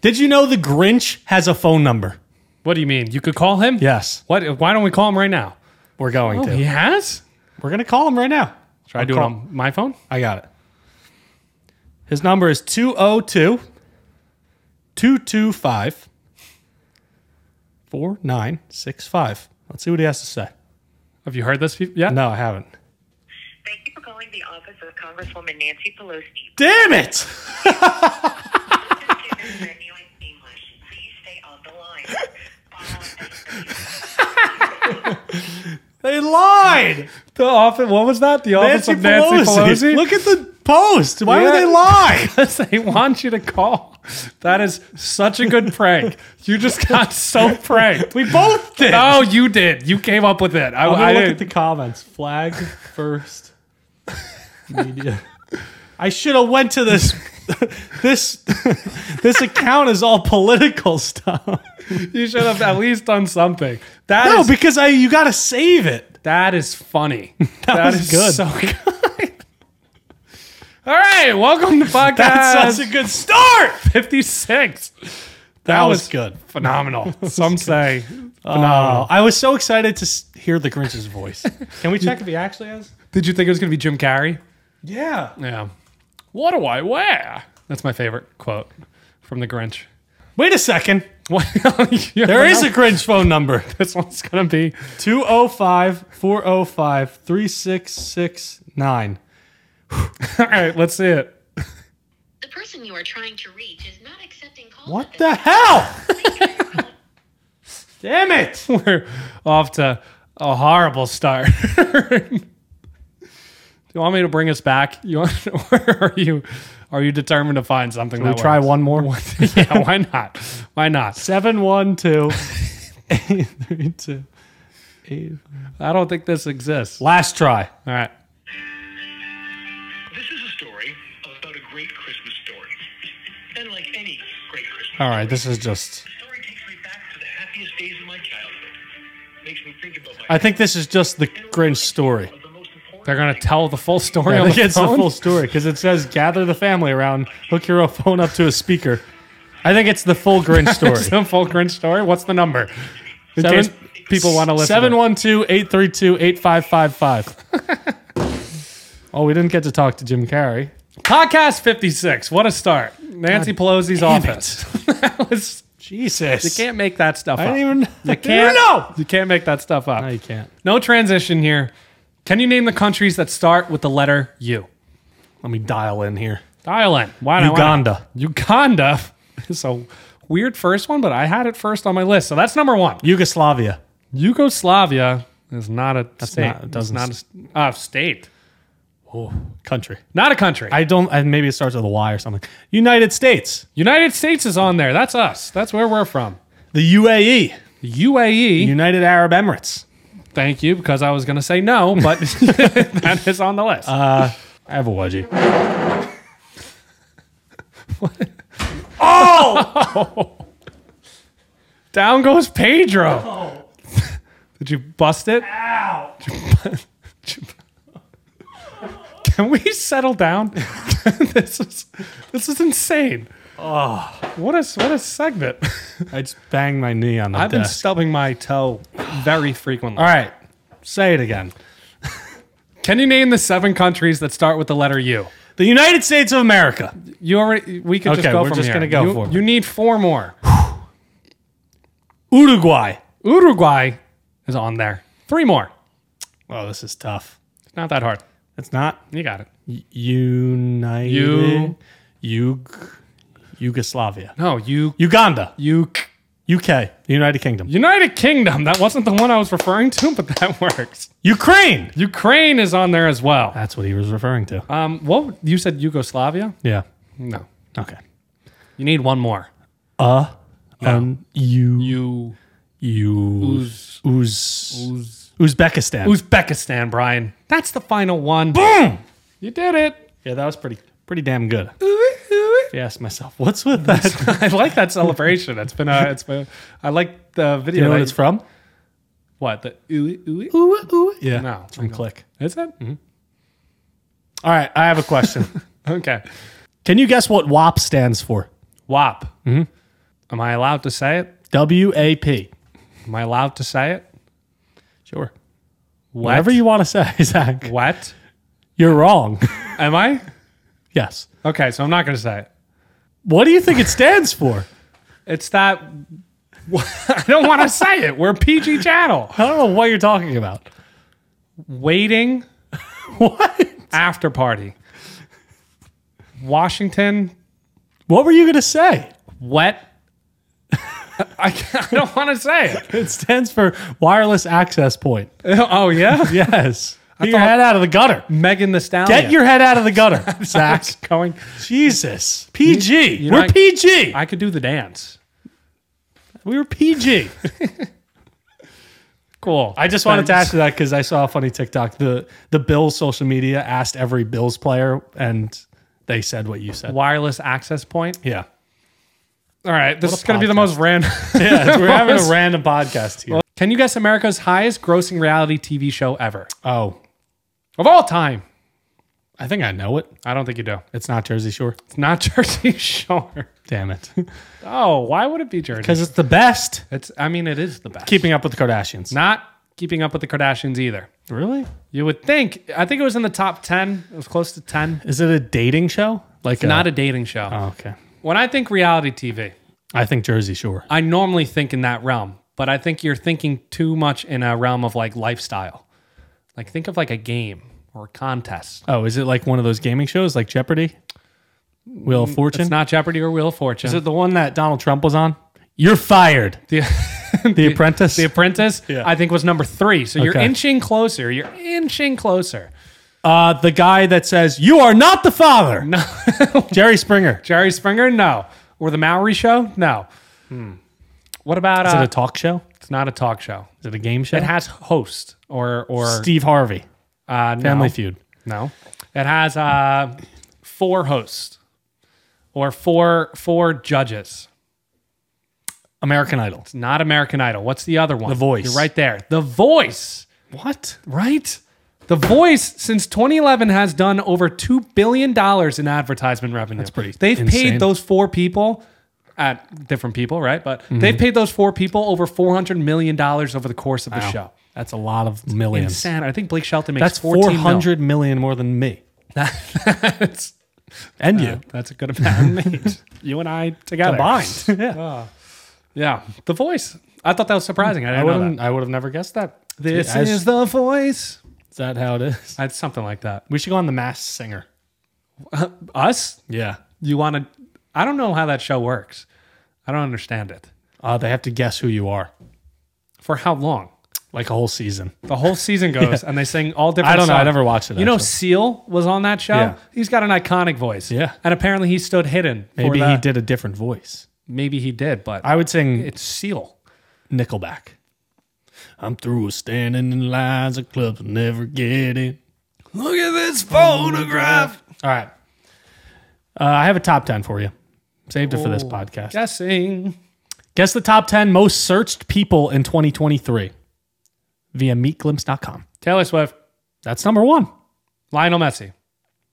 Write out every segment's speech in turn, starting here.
Did you know the Grinch has a phone number? What do you mean? You could call him? Yes. What? Why don't we call him right now? We're going Oh, to. he has? We're going to call him right now. Should i do call- it on my phone? I got it. His number is 202 225 4965. Let's see what he has to say. Have you heard this? be- Yeah. No, I haven't. Thank you for calling the office of Congresswoman Nancy Pelosi. Damn it! Menu in English. Please stay on the line. They lied. The office. What was that? The office Nancy, of Nancy Pelosi. Look at the post. Why would Yeah. they lie? they want you to call. That is such a good prank. You just got so pranked. We both did. Oh, you did. You came up with it. I, I'm gonna I look didn't- at the comments. Flag first media. I should have went to this. this this account is all political stuff. You should have at least done something. That No, is- because I you got to save it. that is funny. that was is good. So good. All right, welcome to podcast That's such a good start. 56. That, That was good. Phenomenal. Some say Oh, I was so excited to s- hear the Grinch's voice. Can we check if he actually has? Did you think it was going to be Jim Carrey? Yeah. Yeah. What do I wear? That's my favorite quote from The Grinch. Wait a second. What? There is a Grinch phone number. This one's going to be. 205 405 3669. All right, let's see it. The person you are trying to reach is not accepting calls. What the hell? Damn it. We're off to a horrible start. Do you want me to bring us back? You want, or are you are you determined to find something? We that try works? one more. yeah, why not? Why not? 712 832 I don't think this exists. All Last try. right. This is a story about a great Christmas story. And like any great Christmas All right, this is just. the story takes me back to the happiest days of my childhood. Makes me think about my I think this is just the Grinch story. of the most important They're gonna tell the full story I on the think it's the phone? full story because it says gather the family around, hook your phone up to a speaker. I think it's the full Grinch It's story. the full Grinch story. What's the number? In Seven- case people want to listen. to it. 712 832 8555. Oh, we didn't get to talk to Jim Carrey. Podcast 56. What a start. Nancy Pelosi's office. that was, Jesus. you can't make that stuff I up. didn't even you can't. know. You can't make that stuff up. No, you can't. No transition here. Can you name the countries that start with the letter U? Let me dial in here. Dial in. Why not? Why not? Uganda. Uganda is a weird first one, but I had it first on my list. So that's number one. Yugoslavia. Yugoslavia is not a state. not- it doesn't It's not a s- uh, state. Country. Not a country. I don't, I, maybe it starts with a Y or something. United States. United States is on there. That's us. That's where we're from. The UAE. UAE. United Arab Emirates. thank you, because I was going to say no, but that is on the list. Uh, I have a wedgie. Oh! Down goes Pedro. Did you bust it? Can we settle down? this is this is insane. Oh, what a what a segment! I just banged my knee on the I've been desk. stubbing my toe very frequently. All right. Say it again. Can you name the seven countries that start with the letter U? The United States of America. You already we could Okay, just go we're from just here. gonna go you, for it. you need four more. Uruguay. Uruguay is on there. Three more. Oh, this is tough. It's not that hard. It's not You got it. United. You- Yug- Yugoslavia. No, you Uganda. you UK. The United Kingdom. United Kingdom. That wasn't the one I was referring to, but that works. Ukraine. Ukraine is on there as well. That's what he was referring to. Um, what you said Yugoslavia? Yeah. No, Okay. you need one more. Uh. Um. You. You You. Uz, Uz. Uz, Uzbekistan. Uzbekistan, Brian. That's the final one. Boom. You did it. Yeah, that was pretty pretty damn good. If you ask myself, what's with that? I like that celebration. It's been. Uh, it's been. I like the video. you know that what it's from? What the? Ooh, ooh, Ooh, ooh. Yeah. No, It's from Click. Is Mm-hmm. it? All right. I have a question. Okay. Can you guess what WAP stands for? WAP. Am I allowed to say it? W A P. Am I allowed to say it? Sure. Wet? Whatever you want to say, Zach. Wet? You're wrong. Am I? yes. Okay, so I'm not going to say it. What do you think it stands for? It's that. I don't want to say it. We're PG channel. I don't know what you're talking about. Waiting What? after party. Washington What were you going to say? wet. I, I don't want to say it. It stands for wireless access point. Oh yeah, Yes. Get your thought- head out of the gutter. Megan the Stallion. Get your head out of the gutter, Zach. axe going. Jesus. PG. you know, we're I- PG. I could do the dance. we were PG. Cool. I just wanted to ask you that because I saw a funny TikTok. The the Bills social media asked every Bills player, and they said what you said. wireless access point. Yeah, All right, this What a is going to be the most random. yeah. We're having a random podcast here. Can you guess America's highest grossing reality TV show ever oh, of all time? I think I know it. I don't think you do. It's not Jersey Shore. It's not Jersey Shore. Damn it, Oh, why would it be Jersey? because it's the best. It's. I mean, it is the best. Keeping up with the Kardashians. not keeping up with the Kardashians either. really? You would think. I think it was in the top ten. It was close to ten. Is it a dating show? Like Not a dating show. Oh, okay. When I think reality TV, I think Jersey Shore. I normally think in that realm, but I think you're thinking too much in a realm of like lifestyle. Like think of like a game or a contest. Oh, is it like one of those gaming shows, like Jeopardy, Wheel of Fortune? It's Mm, not Jeopardy or Wheel of Fortune. is it the one that Donald Trump was on? You're fired. the, The Apprentice. The Apprentice, Yeah. I think, was number three. So you're Okay. inching closer. You're inching closer. Uh, the guy that says, You are not the father. No. Jerry Springer. Jerry Springer, no. Or the Maori show, no. What Hmm. about? Is uh, it a talk show? it's not a talk show. Is it a game show? It has host or or Steve Harvey. uh, no. Family Feud. No, it has uh, four hosts or four four judges. American Idol. Not American Idol. What's the other one? The Voice. You're right there. The Voice. What? Right. The Voice since 2011 has done over two billion dollars in advertisement revenue. That's pretty They've insane. paid those four people. At different people, right? But Mm-hmm. they've paid those four people over four hundred million dollars over the course of the show. That's a lot of millions. Insane. I think Blake Shelton makes That's 14 mil. 400 million more than me. That's- And you. Yeah, that's a good amount of meat. you and I together. Combined. yeah. Yeah. The voice. I thought that was surprising. I I, didn't know wouldn't, that. I would have never guessed that. This I- is the voice. Is that how it is? That's something like that. We should go on The Mass Singer. Us? Yeah. You want to? I don't know how that show works. I don't understand it. Uh, they have to guess who you are, For how long? like a whole season. The whole season goes, and they sing all different. I don't know. I songs. never watched it. You know, actually. Seal was on that show. Yeah. He's got an iconic voice. Yeah. and apparently he stood hidden. for maybe he that. did a different voice. Maybe he did, but I would sing it's Seal. Nickelback. I'm through with standing in lines at clubs and never getting. Look at this photograph. All right. Uh, I have a top 10 for you. Saved it for this podcast. Guessing. Guess the top 10 most searched people in 2023 via meetglimpse.com. Taylor Swift. That's number one. Lionel Messi.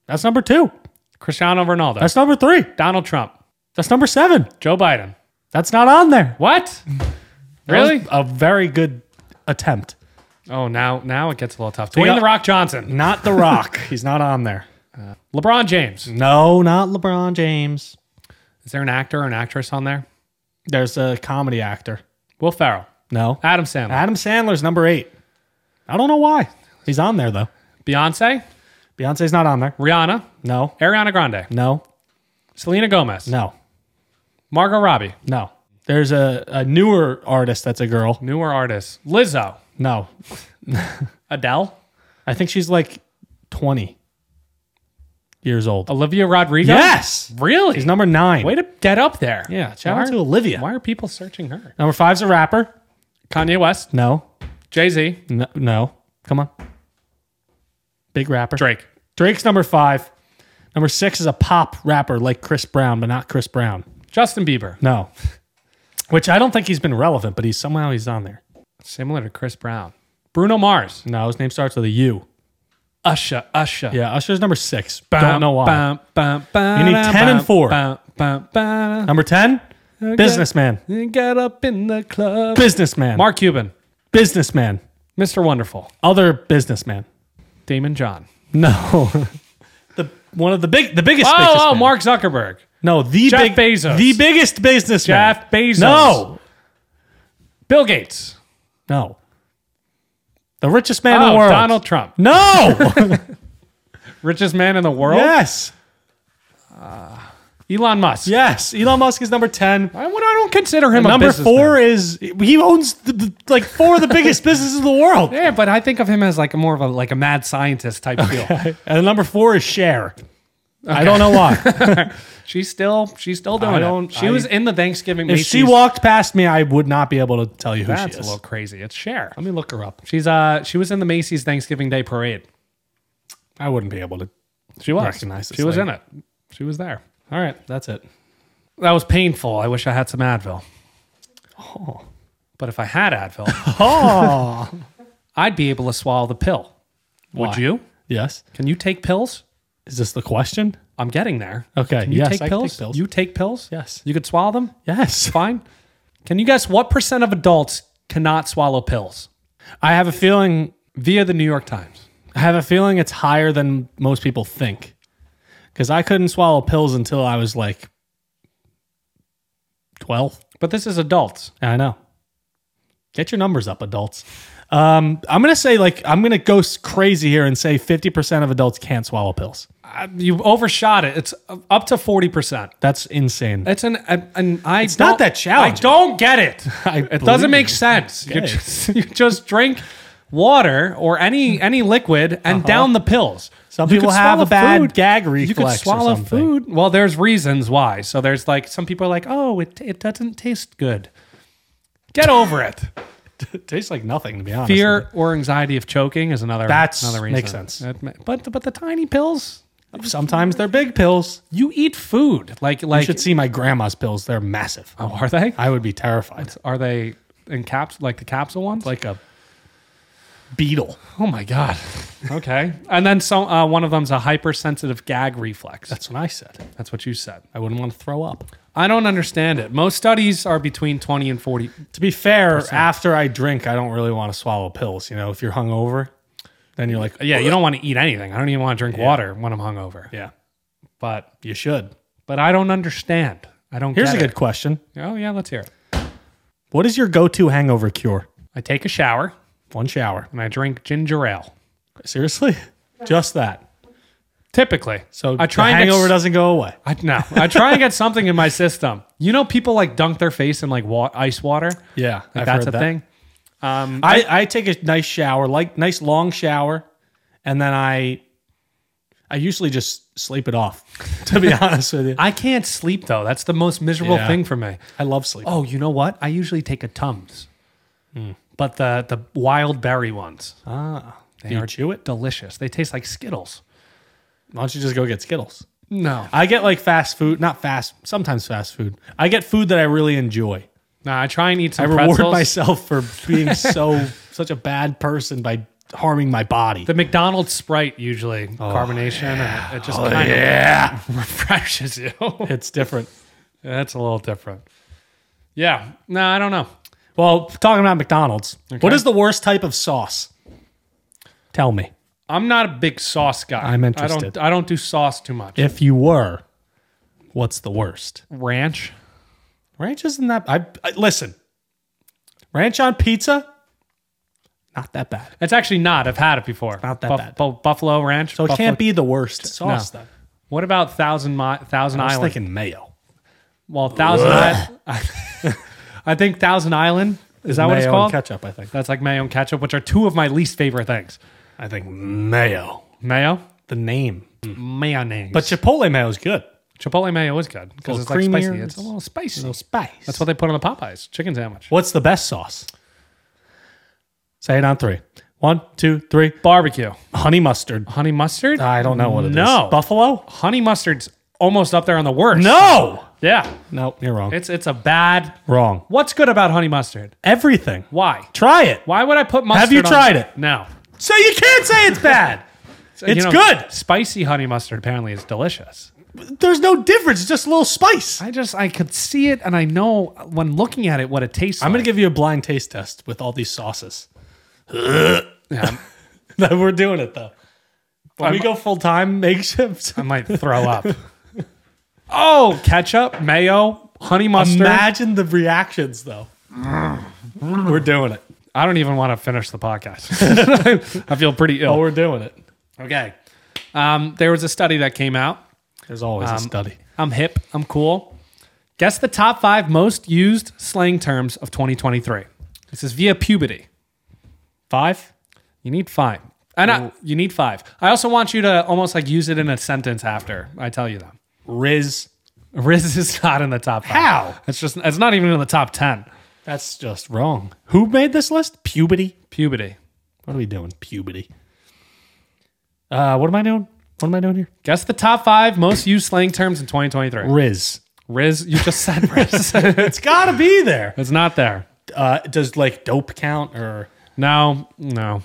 That's number two. Cristiano Ronaldo. That's number three. Donald Trump. That's number seven. Joe Biden. That's not on there. What? That was Really? A very good attempt. Oh, now now it gets a little tough. Dwayne got- the Rock Johnson. Not The Rock. He's not on there. LeBron James. No, not LeBron James. Is there an actor or an actress on there? There's a comedy actor. Will Farrell. No. Adam Sandler. Adam Sandler's number eight. I don't know why. He's on there though. Beyonce. Beyonce's not on there. Rihanna. No. Ariana Grande. No. Selena Gomez. No. Margot Robbie. No. There's a, a newer artist that's a girl. Newer artists. Lizzo. No. Adele. I think she's like 20 years old. Olivia Rodrigo. Yes. Really? She's number nine. Way to get up there. Yeah. Shout out Why- to Olivia. Why are people searching her? Number five's a rapper. Kanye West. No. Jay Z. No. No. Come on. Big rapper. Drake. Drake's number five. Number six is a pop rapper like Chris Brown, but not Chris Brown. Justin Bieber. No. Which I don't think he's been relevant, but he's somehow he's on there. Similar to Chris Brown. Bruno Mars. No, his name starts with a U. Usher. Usher. Yeah, Usher's number six. Bum, don't know why. bum, bum, bum, You need 10 and bum, four. bum, bum, bum. Number ten, Businessman. Get up in the club. Businessman. Mark Cuban. Businessman. Mr. Wonderful. Other businessman. Damon John. No. the one of the big the biggest Oh, oh, businessman. Mark Zuckerberg. No, the big Jeff Bezos. The biggest businessman. Jeff Bezos. No. Bill Gates. No. The richest man in Oh, the world. Donald Trump. No. Richest man in the world. yes. Elon Musk. Yes. Elon Musk is number 10. I, well, I don't consider him a Number businessman. four is he owns the, the- like four of the biggest businesses in the world. Yeah, but I think of him as like a more of a like a mad scientist type deal. And number four is Cher. I don't know why. She's still she's still doing I don't- it. She I- was in the Thanksgiving. if she Macy's- walked past me, I would not be able to tell you who that's she a is. little crazy. It's Cher. Let me look her up. She's uh she was in the Macy's Thanksgiving Day Parade. I wouldn't be able to. She was Recognize this She was lady. in it. She was there. All right, that's it. That was painful. I wish I had some Advil. Oh. But if I had Advil, Oh, I'd be able to swallow the pill. Would Why? you? yes. Can you take pills? Is this the question? I'm getting there. Okay. Can you yes, take, I can pills? take pills. You take pills? Yes. You could swallow them? yes. Fine. Can you guess what percent of adults cannot swallow pills? I have a feeling. Via the New York Times. I have a feeling it's higher than most people think. Because I couldn't swallow pills until I was like twelve. But this is adults. I know. Get your numbers up, adults. Um, I'm gonna say like I'm gonna go s- crazy here and say 50% of adults can't swallow pills. Uh, You overshot it. It's uh, up to 40%. That's insane. It's an, an, an I it's not that challenging. I don't get it. I it believe doesn't make you. sense. You Okay. just, you just drink water or any any liquid and down the pills. Uh-huh. Some You people could have a swallow bad food. gag You could reflex or swallow something. food. Well, there's reasons why. So there's like some people are like, oh, it it doesn't taste good. Get over it. It tastes like nothing to be honest. with Fear or anxiety of choking is another That's- another reason. makes sense. That ma- But but the tiny pills. you. Sometimes they're big pills. You eat food like like. You should see my grandma's pills. They're massive. oh, are they? I would be terrified. Are they in caps like the capsule ones? Like a beetle. oh my god. Okay. and then so uh, one of them's a hypersensitive gag reflex. That's, That's what I said. what you said. I wouldn't want to throw up. I don't understand it. Most studies are between 20 and 40. To be fair, after I drink, I don't really want to swallow pills. You know, if you're hungover, then you're like, Yeah, you don't want to eat anything. I don't even want to drink water when I'm hungover. yeah, But you should. but I don't understand. I don't Here's get a good it. question. Oh yeah, let's hear it. What is your go-to hangover cure? I take a shower One shower. and I drink ginger ale. Seriously? Just that. Typically. So I try the and get hangover s- doesn't go away. I, no, I try and get something in my system. You know, people like dunk their face in like wa- ice water. Yeah, Like I've that's heard a that. thing. Um, I, I take a nice shower, like nice long shower, and then I I usually just sleep it off, to be honest with you. I can't sleep though. That's the most miserable Yeah. thing for me. I love sleep. Oh, you know what? I usually take a Tums, but the the wild berry ones Hmm. Ah. they Do you are chew it? delicious. They taste like Skittles. Why don't you just go get Skittles? No, I get like fast food, not fast, sometimes fast food. I get food that I really enjoy. no, I try and eat I some reward pretzels. myself for being so such a bad person by harming my body. The McDonald's Sprite usually carbonation, and it, it just kind Oh, yeah. of refreshes you. It's different. That's a little different. Yeah. No, I don't know. Well, talking about McDonald's, what is the worst type of sauce? Tell me. I'm not a big sauce guy. I'm I don't, interested. I don't do sauce too much. If you were, what's the worst? Ranch. Ranch isn't that. I, I listen. Ranch on pizza, not that bad. It's actually not. I've had it before. Not that Buff- bad. bu- Buffalo Ranch. So it Buffalo- can't be the worst sauce. No. Though. What about Thousand Mi- Thousand I was Island? thinking mayo. well, Thousand Island. I think Thousand Island is that what it's Mayo and called? Ketchup, I think. That's like mayo and ketchup, which are two of my least favorite things. I think mayo. Mayo, The name, mayonnaise, but Chipotle mayo is good. Chipotle mayo is good because Little it's like spicy. creamier. It's a little spicy. No spice. That's what they put on the Popeyes chicken sandwich. What's the best sauce? Say it on three. One, two, three. Barbecue, Honey mustard. honey mustard. I don't know what it is. No. Buffalo? honey mustard's almost up there on the worst. No. Yeah, No, you're wrong. it's it's a bad. wrong. What's good about honey mustard? Everything. Why? Try it. Why would I put mustard? you on- tried it? No. So you can't say it's bad. You It's know, good. Spicy honey mustard apparently is delicious. There's no difference. It's just a little spice. I just I could see it, and I know when looking at it what it tastes. I'm like. gonna give you a blind taste test with all these sauces. Yeah, That we're doing it though. When we I'm- go full time makeshift. I might throw up. oh, ketchup, mayo, honey mustard. Imagine the reactions though. we're doing it. I don't even want to finish the podcast. I feel pretty Oh, ill. we're doing it. Okay. Um, there was a study that came out. There's always a Um, study. I'm hip. I'm cool. Guess the top five most used slang terms of 2023. This is via puberty. Five. You need five. And I, you need five. I also want you to almost like use it in a sentence after I tell you them. Riz. Riz is not in the top five. How? It's just, it's not even in the top 10. That's just wrong. Who made this list? Puberty. Puberty. What are we doing? Puberty. Uh, what am I doing? What am I doing here? Guess the top five most used slang terms in 2023. Riz. Riz, you just said Riz. It's got to be there. it's not there. Uh, does like dope count or No, no.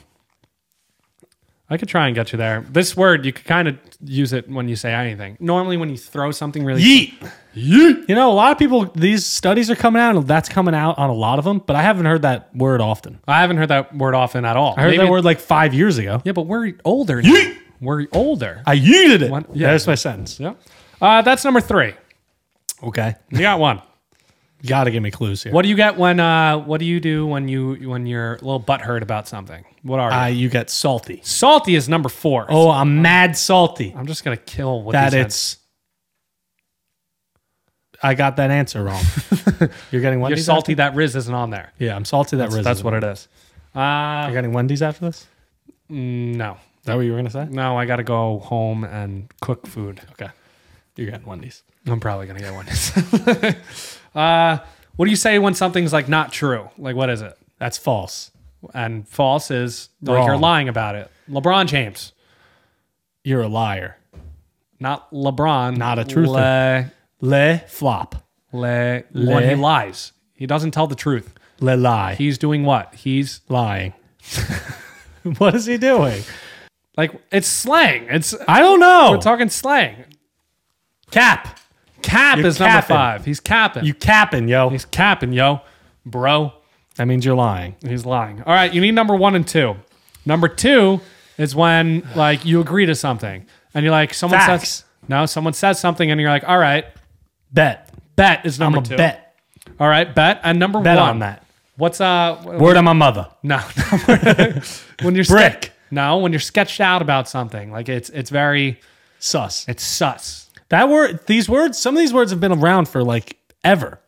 I could try and get you there. This word, you could kind of use it when you say anything. Normally, when you throw something really. yeet? Yeet. You know, a lot of people. These studies are coming out, and that's coming out on a lot of them. But I haven't heard that word often. I haven't heard that word often at all. I heard that word like five years ago. Yeah, but we're older now. Yeet. We're older. I yeeted it. One- yeah. There's my sentence. yeah. Uh, that's number three. Okay. You got one. You got to give me clues here. What do you get when? Uh, what do you do when you when you're a little butthurt about something? What are you? Uh, you get salty. salty is number four. Oh, I'm mad salty. I'm just gonna kill what that these it's. I got that answer wrong. You're getting You're Wendy's. salty. After? That Riz isn't on there. Yeah, I'm salty. That Riz. That's is- what it is. You're Uh, getting Wendy's after this. Is no, that what you were gonna say? no, I gotta go home and cook food. Okay. You're getting Wendy's. I'm probably gonna get one. uh, what do you say when something's like not true? Like what is it? That's false. And false is like you're Wrong. lying about it. LeBron James, You're a liar. not LeBron, Not a truther. Le flop. Le, le, when he lies, he doesn't tell the truth. Le lie. He's doing what? He's lying. what is he doing? like it's slang. It's I don't know. we're talking slang. cap. Cap You're is number capping. five. He's capping. You capping, yo. He's capping, yo, bro. That means you're lying. He's lying. All right, you need number one and two. Number two is when like you agree to something and you're like someone says Facts. no, someone says something and you're like, all right, Bet. bet is I'm number a two. bet. All right, bet and number Bet one. on that. What's uh? wh- Word on my mother. No, when you're Brick. ske- no, when you're sketched out about something, like it's it's very Sus. it's sus. That word. These words. Some of these words have been around for like ever.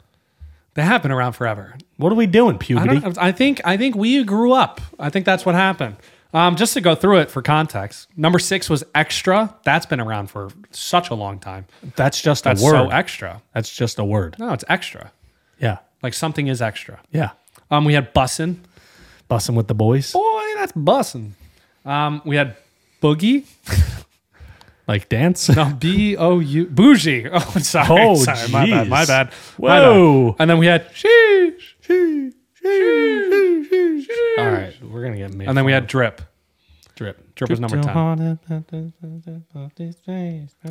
They have been around forever. What are we doing, I, puberty? don't, I think I think we grew up. I think that's what happened. Um, just to go through it for context, number six was extra. That's been around for such a long time. That's just a That's word. so extra. That's just a word. No, it's extra. Yeah. Like something is extra. Yeah. Um, we had bussin. Bussing with the boys. Boy, that's bussin. Um, we had boogie. Like dance. No, B O U bougie. Oh, sorry, Oh, sorry, my jeez. bad, my bad. my bad. Whoa. And then we had sheesh, sheesh, sheesh, sheesh. All right. We're going to get me. And then we had drip. drip. Drip was number ten.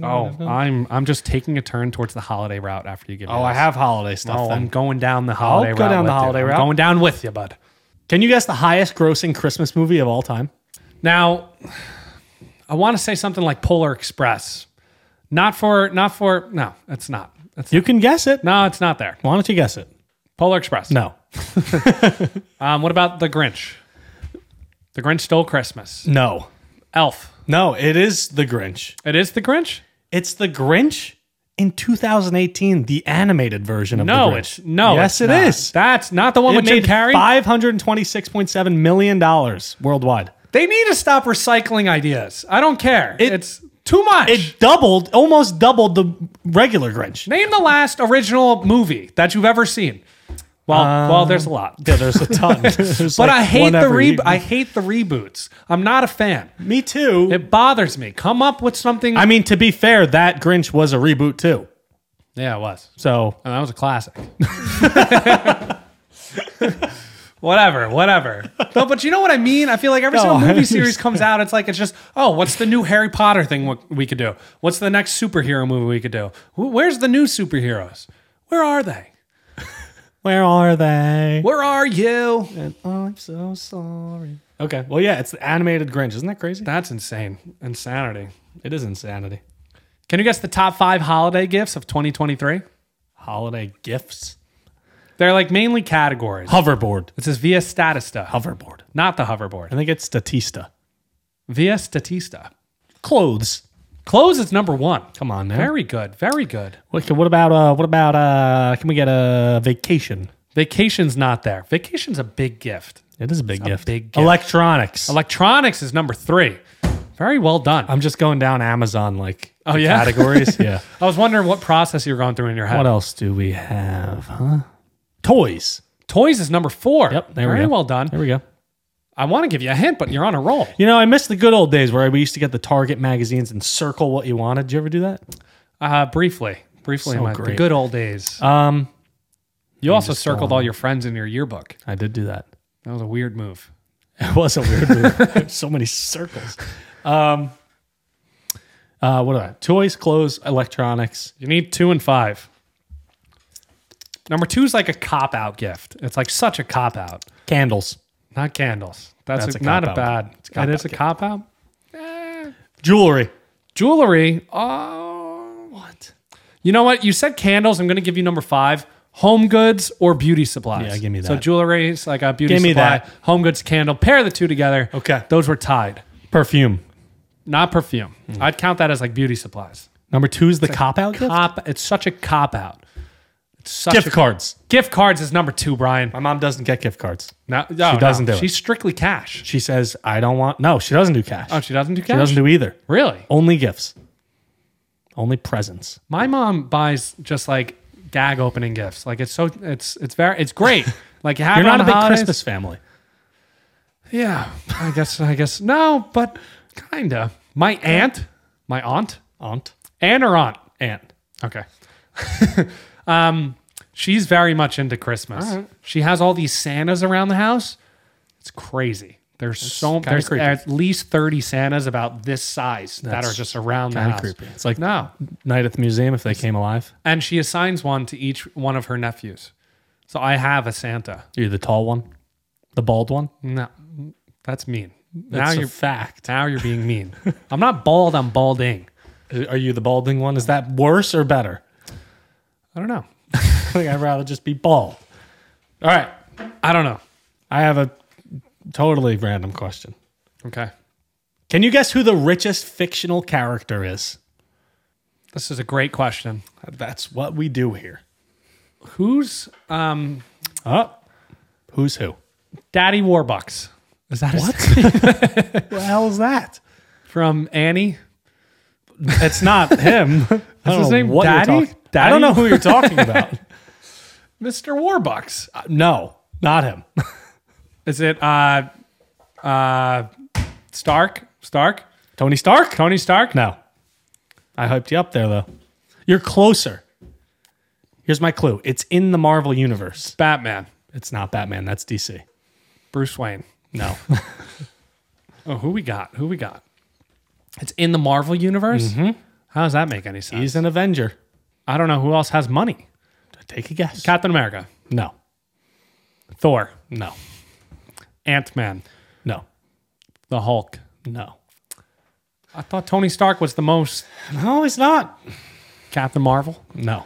Oh, I'm I'm just taking a turn towards the holiday route after you give me. Oh, I this. have holiday stuff. Oh, then. I'm going down the holiday go route. down the with you. holiday I'm route. going down with you, bud. Can you guess the highest grossing Christmas movie of all time? Now, I want to say something like Polar Express. Not for not for no, it's not. It's, You can guess it. no, it's not there. Why don't you guess it? Polar Express. No. Um, what about The Grinch? The Grinch stole Christmas. No. Elf. No, it is The Grinch. It is The Grinch. It's The Grinch in 2018, the animated version of No, The Grinch. it's no. Yes, it's it not. is. That's not the one It with Jim made Carrey. $526.7 million worldwide. They need to stop recycling ideas. I don't care. It- it's too much. It doubled, almost doubled the regular Grinch. Name the last original movie that you've ever seen. Well, well, there's a lot. Yeah, there's a ton. There's Um, But like I hate one the every re- year. I hate the reboots. I'm not a fan. Me too. It bothers me. Come up with something. I mean, to be fair, that Grinch was a reboot too. yeah, it was. So And that was a classic. Whatever, whatever. No, but you know what I mean. I feel like every No, single I movie series understand. comes out, it's like it's just oh, what's the new Harry Potter thing what we could do? What's the next superhero movie we could do? Wh- Where's the new superheroes? Where are they? Where are they? Where are you? And I'm so sorry. Okay. Well, yeah, it's the animated Grinch. Isn't that crazy? That's insane, insanity. It is insanity. Can you guess the top five holiday gifts of 2023? Holiday gifts. They're like mainly categories. Hoverboard. This is Via Statista, Hoverboard. not the I hoverboard. think it's Statista. Via Statista. Clothes. Clothes is number one. Come on now. Very good, very good. What, what about uh? What about uh? Can we get a vacation? Vacation's not there. Vacation's a big gift. It is a big gift. big gift. Electronics. Electronics is number three. Very well done. I'm just going down Amazon like Oh, yeah? categories. yeah. I was wondering what process you were going through in your head. What else do we have? Huh? Toys. Toys is number four. Yep. There we go. Very well done. There we go. I want to give you a hint, but you're on a roll. You know, I miss the good old days where we used to get the Target magazines and circle what you wanted. Did you ever do that? Uh, briefly, briefly, So my, the great. good old days. Um, you also just go circled on. all your friends in your yearbook. I did do that. That was a weird move. It was a weird move. so many circles. Um, uh, what are that? Toys, clothes, electronics. You need two and five. Number two is like a cop out gift. It's like such a cop out. Candles. Not candles. That's, That's a- a not a cop-out. bad. It's It's a cop-out a gift. cop out. Jewelry. Jewelry. Oh, what? You know what? You said candles. I'm going to give you number five. Home goods or beauty supplies. Yeah, give me So that. jewelry is like a beauty Give me supply. that. Home goods, candle. Pair the two together. Okay. Those were tied. Perfume. Not perfume. I'd count that as like beauty supplies. Number two is the cop out Hmm. gift. Cop. It's such a cop out. It's such Gift a, cards. Gift cards is number two, Brian. My mom doesn't get gift cards. No, no, She doesn't no. do it. She's strictly cash. She says, I don't want. No, she doesn't do cash. oh, she doesn't do cash. she doesn't do either. really. Only gifts. Only presents. My mom buys just like gag opening gifts. Like it's so it's it's very it's great. Like you have You're it not on a big holidays. Christmas family. Yeah, I guess I guess no, but kinda. My aunt, my aunt, Aunt. aunt or aunt. Aunt. Okay. um, she's very much into Christmas. She has all these Santas around the house. It's crazy. There's so kinda there's creepy. at least thirty Santas about this size that That's are just around the kinda house. creepy. It's like- no, Night at the museum if they came alive. and she assigns one to each one of her nephews. So I have a Santa. You're the tall one, the bald one. No, that's mean. That's now a you're fact. now you're being mean. I'm not bald. I'm balding. Uh, Are you the balding one? Is that worse or better? I don't know. I think I'd rather just be bald. All right. I don't know. I have a totally random question. Okay, Can you guess who the richest fictional character is? this is a great question. That's what we do here. Who's um, Oh, who's who? Daddy Warbucks? Is that his What the hell is that? from Annie? It's not him. I don't know his name what you're Daddy? talking- I don't Daddy? know who you're talking about. Mr. Warbucks. Uh, no, not him. Is it uh, uh, Stark? Stark? Tony Stark? Tony Stark? No. I hyped you up there though. You're closer. Here's my clue. It's in the Marvel universe. Batman. It's not Batman. That's DC. Bruce Wayne. No. Oh, who we got? Who we got? It's in the Marvel universe. How does that make any sense? Mm-hmm. He's an Avenger. I don't know who else has money. Take a guess. Captain America, No. Thor, No. Ant Man, No. the Hulk. No. I thought Tony Stark was the most No, he's not. Captain Marvel, No.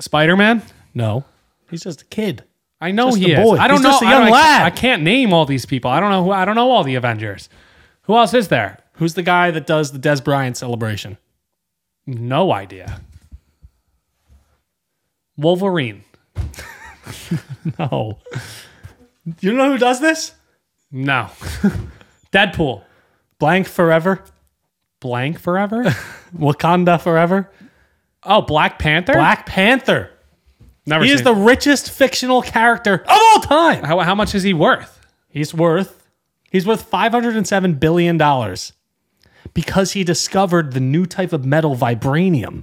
Spider Man. No. He's just a kid. I know Just he a is. boy. I don't He's know. just a I don't- young I, lad. I can't name all these people. I don't know who. I don't know all the Avengers. Who else is there? Who's the guy that does the Des Bryant celebration? No idea. Wolverine. No. Oh. you know who does this? No. Deadpool. Blank Forever. Blank forever. Wakanda Forever. Oh, Black Panther. Black Panther. Never He is seen the richest fictional character of all time. How, how much is he worth? He's worth he's worth 507 billion dollars because he discovered the new type of metal vibranium.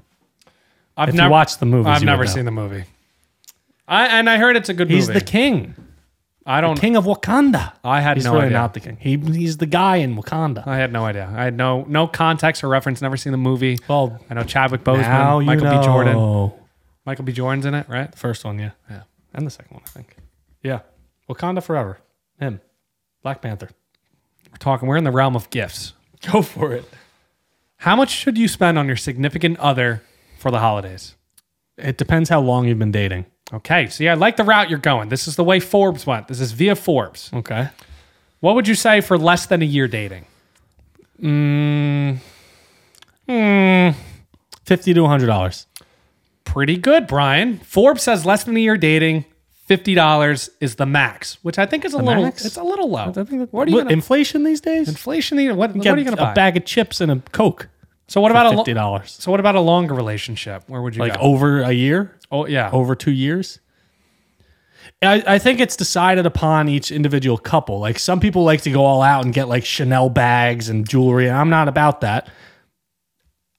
I've If you watch the movies, I've you would never know. seen the movie. I and I heard it's a good He's movie. the king. I don't. King of Wakanda. I had He's no really idea. not the king. He, he's the guy in Wakanda. I had no idea. I had no no context or reference. Never seen the movie. well, I know Chadwick Boseman, now you Michael know. B. Jordan. Michael B. Jordan's in it, right? First one, yeah. Yeah. And the second one, I think. Yeah. Wakanda Forever. Him. Black Panther. We're talking. We're in the realm of gifts. Go for it. How much should you spend on your significant other for the holidays? It depends how long you've been dating. Okay. See, I like the route you're going. This is the way Forbes went. This is via Forbes. Okay. What would you say for less than a year dating? 50 to $100. Pretty good, Brian. Forbes says less than a year dating, fifty dollars is the max, which I think is a little. max? It's a little low. what are What you gonna, inflation these days? inflation? What, what Get are you going to buy? A bag of chips and a Coke. so what about a lo- $50. so what about a longer relationship? Where would you like go? over a year? Oh yeah. over two years? I, I think it's decided upon each individual couple. Like some people like to go all out and get like Chanel bags and jewelry, and I'm not about that.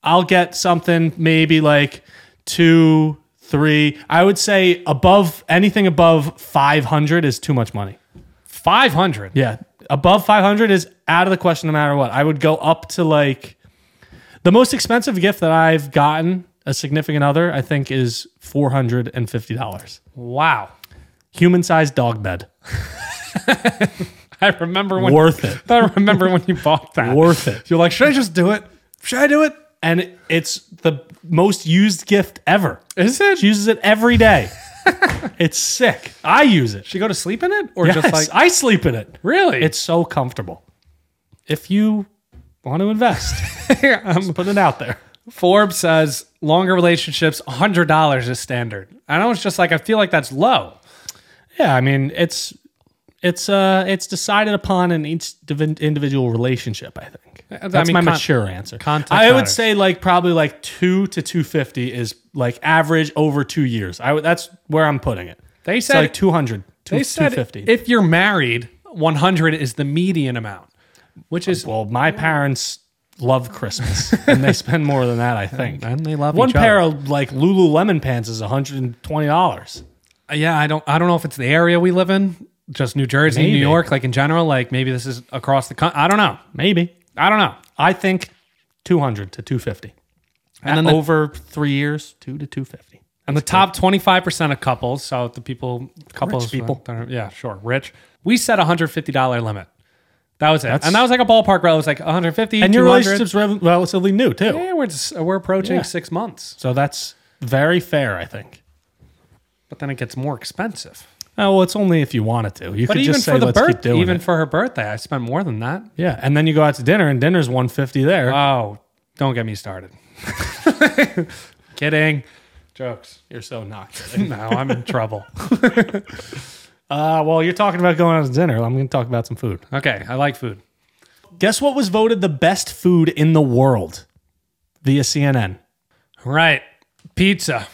I'll get something maybe like two, three. I would say above anything above 500 is too much money. Five hundred. Yeah. Above 500 is out of the question no matter what. I would go up to like the most expensive gift that I've gotten a significant other, I think, is $450. Wow. Human sized dog bed. I remember when Worth it. I remember when you bought that. Worth it. You're like, should I just do it? Should I do it? And it's the most used gift ever. Is it? She uses it every day. it's sick. I use it. Should you go to sleep in it, or just Yes, like I sleep in it. really? It's so comfortable. If you want to invest, I'm- put it out there. um, Forbes says longer relationships, hundred dollars is standard. I know it's just like I feel like that's low. Yeah, I mean it's it's uh it's decided upon in each div- individual relationship. I think that's Uh, mean, my con- mature answer. context I would matters. say like probably like two to two fifty is like average over two years. I would that's where I'm putting it. They It's said like 200, they said 250. if you're married, one hundred is the median amount, which is well, my parents love Christmas and they spend more than that. I think. and they love One each pair other. of like Lululemon pants is one hundred and twenty dollars. yeah, I don't I don't know if it's the area we live in, just New Jersey, Maybe. New York, like in general, like maybe this is across the country. I don't know. Maybe I don't know. I think two hundred to two fifty, and then then the- over three years, two to two fifty. And the top twenty five percent of couples, so the people, couples, people. uh, yeah, sure, rich. We set a hundred fifty dollar limit. That was it, and that was like a ballpark. Where I was like one hundred fifty, and your relationship's rel- relatively new too. Yeah, we're just, we're approaching Yeah. six months, So that's very fair, I think. but then it gets more expensive. Oh, well, it's only if you want it to. You But could even just say for the let's keep birth, doing even it. for her birthday, I spent more than that. yeah, and then you go out to dinner, and dinner's one fifty there. Oh, don't get me started. Kidding, jokes. you're so not kidding. No, I'm in trouble. uh, well, you're talking about going out to dinner. I'm going to talk about some food. Okay, I like food. Guess what was voted the best food in the world via CNN? All right, pizza,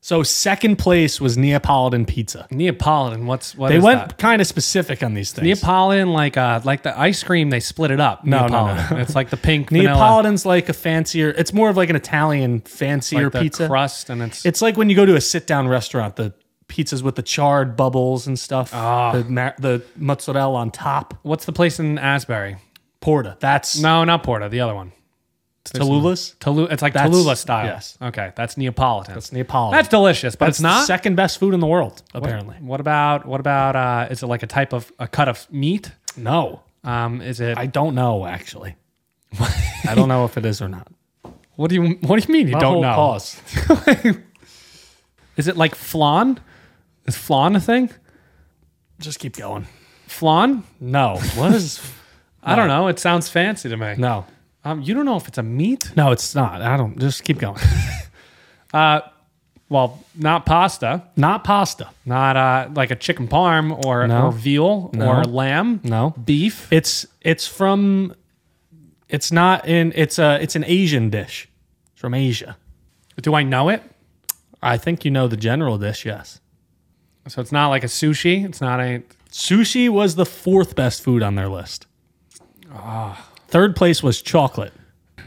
So second place was Neapolitan pizza. Neapolitan. What's what They is that? went kind of specific on these things. Neapolitan, like uh, like the ice cream, they split it up. No, no, Neapolitan. no. It's like the pink vanilla, Neapolitan's like a fancier. It's more of like an Italian fancier like the pizza. crust, and it's, It's like when you go to a sit-down restaurant, the pizzas with the charred bubbles and stuff, Ah. the ma- the mozzarella on top. what's the place in Asbury? Porta. That's No, not Porta, the other one. Tallulah's. Tolu- it's like That's- Tallulah style. yes. Okay, that's Neapolitan. That's, It's Neapolitan. delicious, but That's it's not. second best food in the world, apparently. What about what about? Uh, is it like a type of a cut of meat? No, Um, is it? I don't know actually. I don't know if it is or not. what do you What do you mean you My don't whole know? Pause. Is it like flan? Is flan a thing? Just keep going. Flan? No. What is? I don't know. It sounds fancy to me. no. Um, you don't know if it's a meat. No, it's not. I don't. Just keep going. Uh, Well, not pasta. not pasta. not uh, like a chicken parm or, No. or veal or lamb. No. Beef. It's it's from it's not in it's a it's an Asian dish. It's from Asia. Do I know it? I think you know the general dish, yes. So it's not like a sushi. It's not a. Sushi was the fourth best food on their list. Third place was chocolate.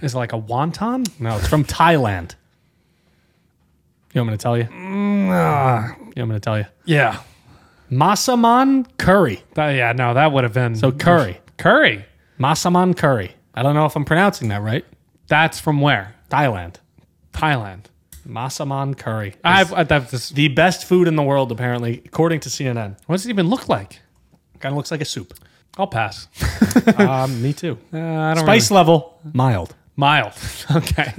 Is it like a wonton? No, it's from Thailand. You want me to tell you? You want me to tell you? Yeah. Masaman Curry. That- yeah, no, that would have been So Curry. Curry. Masaman Curry. I don't know if I'm pronouncing that right. That's from where? Thailand. Thailand. Masaman Curry. is I've, i that's just, the best food in the world, apparently, according to CNN. what does it even look like? Kind of looks like a soup. I'll pass. um, me too. Uh, I don't Spice really- level, mild. mild. okay.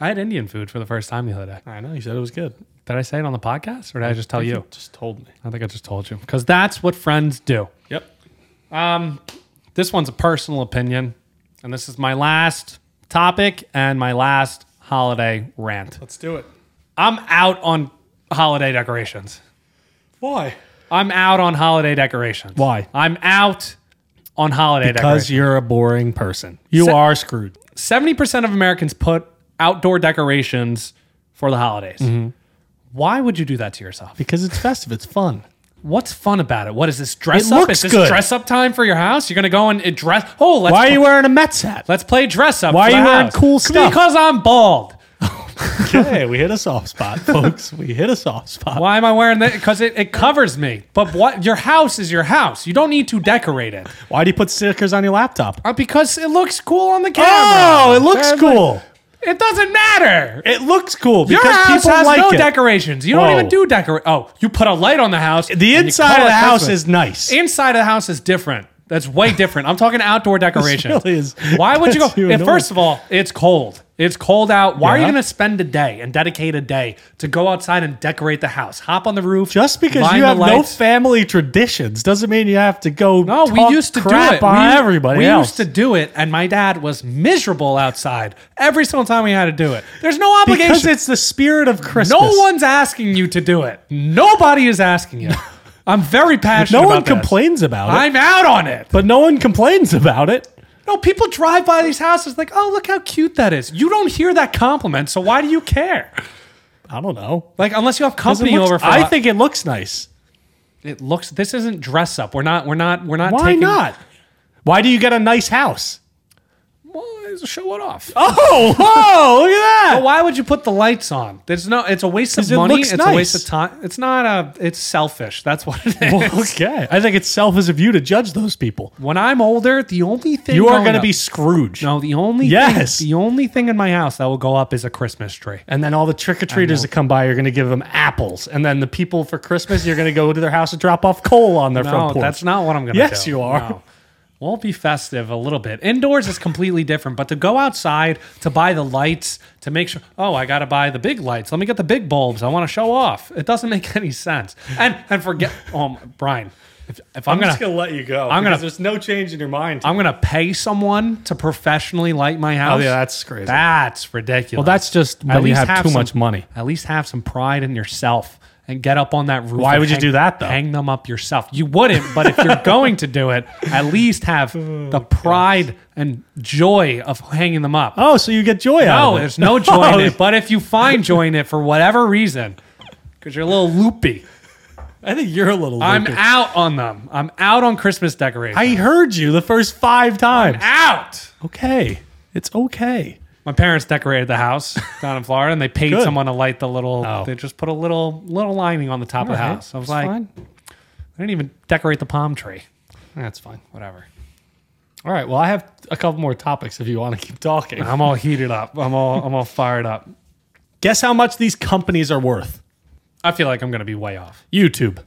I had Indian food for the first time the other day. I know. You said it was good. Did I say it on the podcast, or did I just tell you? Just told me. I think I just told you because that's what friends do. Yep. This one's a personal opinion, and this is my last topic and my last holiday rant. Let's do it. I'm out on holiday decorations. Why? I'm out on holiday decorations. Why? I'm out on holiday Because decorations. you're a boring person. You Se- are screwed. 70% of Americans put outdoor decorations for the holidays. Mm-hmm. Why would you do that to yourself? Because it's festive. It's fun. What's fun about it? What is this dress It up? looks is this good. dress up time for your house? You're gonna go and it dress. Oh, let's Why are pl- you wearing a Mets hat? let's play dress up. Why are for the you wearing house. cool stuff? Because I'm bald. Okay, we hit a soft spot, folks. We hit a soft spot. Why am I wearing that? Because it, it covers me. But what? Your house is your house. You don't need to decorate it. Why do you put stickers on your laptop? Uh, because it looks cool on the camera. Oh, it looks cool. It doesn't matter. It looks cool Your because house people has like no it. decorations. You Whoa. don't even do decorate. Oh, you put a light on the house. and the you inside of call it the house Christmas. is nice. inside of the house is different. That's way different. I'm talking outdoor decoration. really is. Why would you go? Gets you and annoyed. first of all, it's cold. It's cold out. Why are you Yeah. going to spend a day and dedicate a day to go outside and decorate the house? Hop on the roof. Just because line you the have no lights. family traditions doesn't mean you have to go. No, we talk used to crap do it. on we, everybody we else. used to do it, and my dad was miserable outside every single time we had to do it. There's no obligation. because it's the spirit of Christmas. no one's asking you to do it. Nobody is asking you. I'm very passionate. no one about this. complains about it, I'm out on it. but no one complains about it. No, people drive by these houses like, oh, look how cute that is. You don't hear that compliment, so why do you care? I don't know. Like, unless you have 'Cause it company looks- over. For a I lot- think it looks nice. it looks. This isn't dress up. We're not. We're not. We're not. Why taking, not? Why do you get a nice house? Well, show it off. Oh, whoa! Look at But Oh, why would you put the lights on? There's no. It's a waste of 'Cause it money. looks It's a nice. waste of time. It's not a. It's selfish. That's what it is. Well, okay, I think it's selfish of you to judge those people. when I'm older, the only thing You are going going to up- be Scrooge, No, the only Yes. thing, the only thing in my house that will go up is a Christmas tree. and then all the trick or treaters that come by, you're going to give them apples, and then the people for Christmas, you're going to go to their house and drop off coal on their front No, porch. that's not what I'm going to do. Yes, you are. No. We'll be festive a little bit. Indoors is completely different, but to go outside to buy the lights to make sure, oh, I got to buy the big lights. Let me get the big bulbs. I want to show off. It doesn't make any sense. And and forget, oh, Brian, if, if I'm, gonna, to let you go. I'm gonna- because There's no change in your mind. I'm gonna pay someone to professionally light my house. Oh, yeah, that's crazy. That's ridiculous. Well, that's just when you have too much money. At least have some pride in yourself and get up on that roof. Why and would you hang- do that, though? Hang them up yourself. You wouldn't, but if you're going to do it, at least have Oh, the pride and joy of hanging them up. Oh, so you get joy out no, of it. there's no joy in Oh, it. But if you find joy in it for whatever reason, because you're a little loopy, I think you're a little. I'm loopy. out on them. I'm out on Christmas decorations. I heard you the first five times. out. Okay, it's okay. My parents decorated the house down in Florida, and they paid Good. someone to light the little. Oh. They just put a little little lining on the top of the Alright, house. I was it's like, fine. I didn't even decorate the palm tree. that's fine. Whatever. All right. Well, I have a couple more topics if you want to keep talking. I'm all heated up. I'm all I'm all fired up. Guess how much these companies are worth? I feel like I'm gonna be way off. YouTube.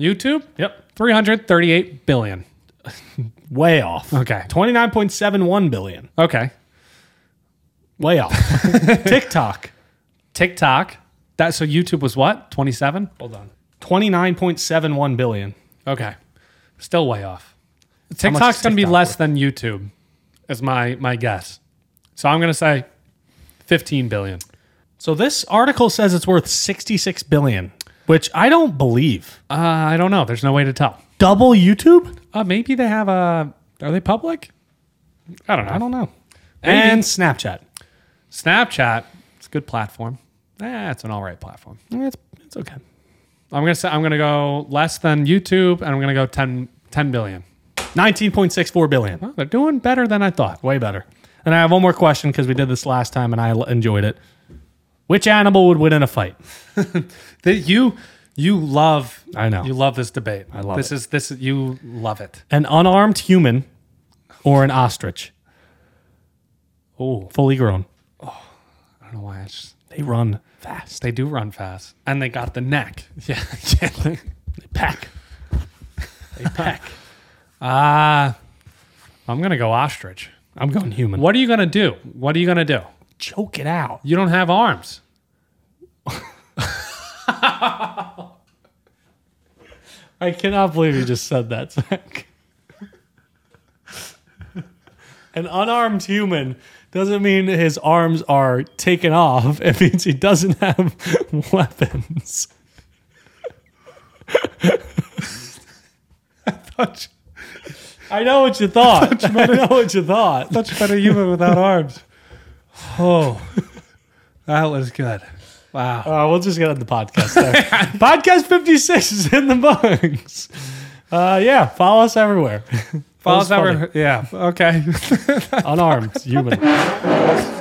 YouTube, Yep. three hundred thirty-eight billion. Way off. Okay. 29.71 billion. Okay. Way off. TikTok. TikTok. That so YouTube was what twenty-seven. Hold on. 29.71 billion. Okay. Still way off. much TikTok's is gonna be TikTok less worth? than YouTube, is my my guess. So I'm gonna say fifteen billion. So this article says it's worth 66 billion, which I don't believe. Uh, I don't know. There's no way to tell. Double YouTube? Uh, maybe they have a. Are they public? I don't know. I don't know. And Snapchat. Snapchat. It's a good platform. Eh, it's an all right platform. It's, it's okay. I'm gonna say I'm gonna go less than YouTube, and I'm gonna go 10, 10 billion. 19.64 billion. Oh, they're doing better than I thought. Way better. And I have one more question because we did this last time and I l- enjoyed it. Which animal would win in a fight? That you You love. I know. You love this debate. I love this it. is this. is- You love it. An unarmed human or an ostrich, Oh, fully grown. I don't know why. I just, They run fast. they do run fast, and they got the neck. Yeah. They pack. They pack. Ah, I'm gonna go ostrich. I'm going human. What are you gonna do? What are you gonna do? Choke it out. You don't have arms. I cannot believe you just said that, Zach. An unarmed human doesn't mean his arms are taken off. It means he doesn't have weapons. Much, I know what you thought. I know what you thought. much better human without arms. Oh, that was good. Wow. Uh, we'll just get on the podcast. There. podcast 56 is in the books. Uh, yeah, follow us everywhere. Follow was us over- Yeah. Okay. Unarmed, human.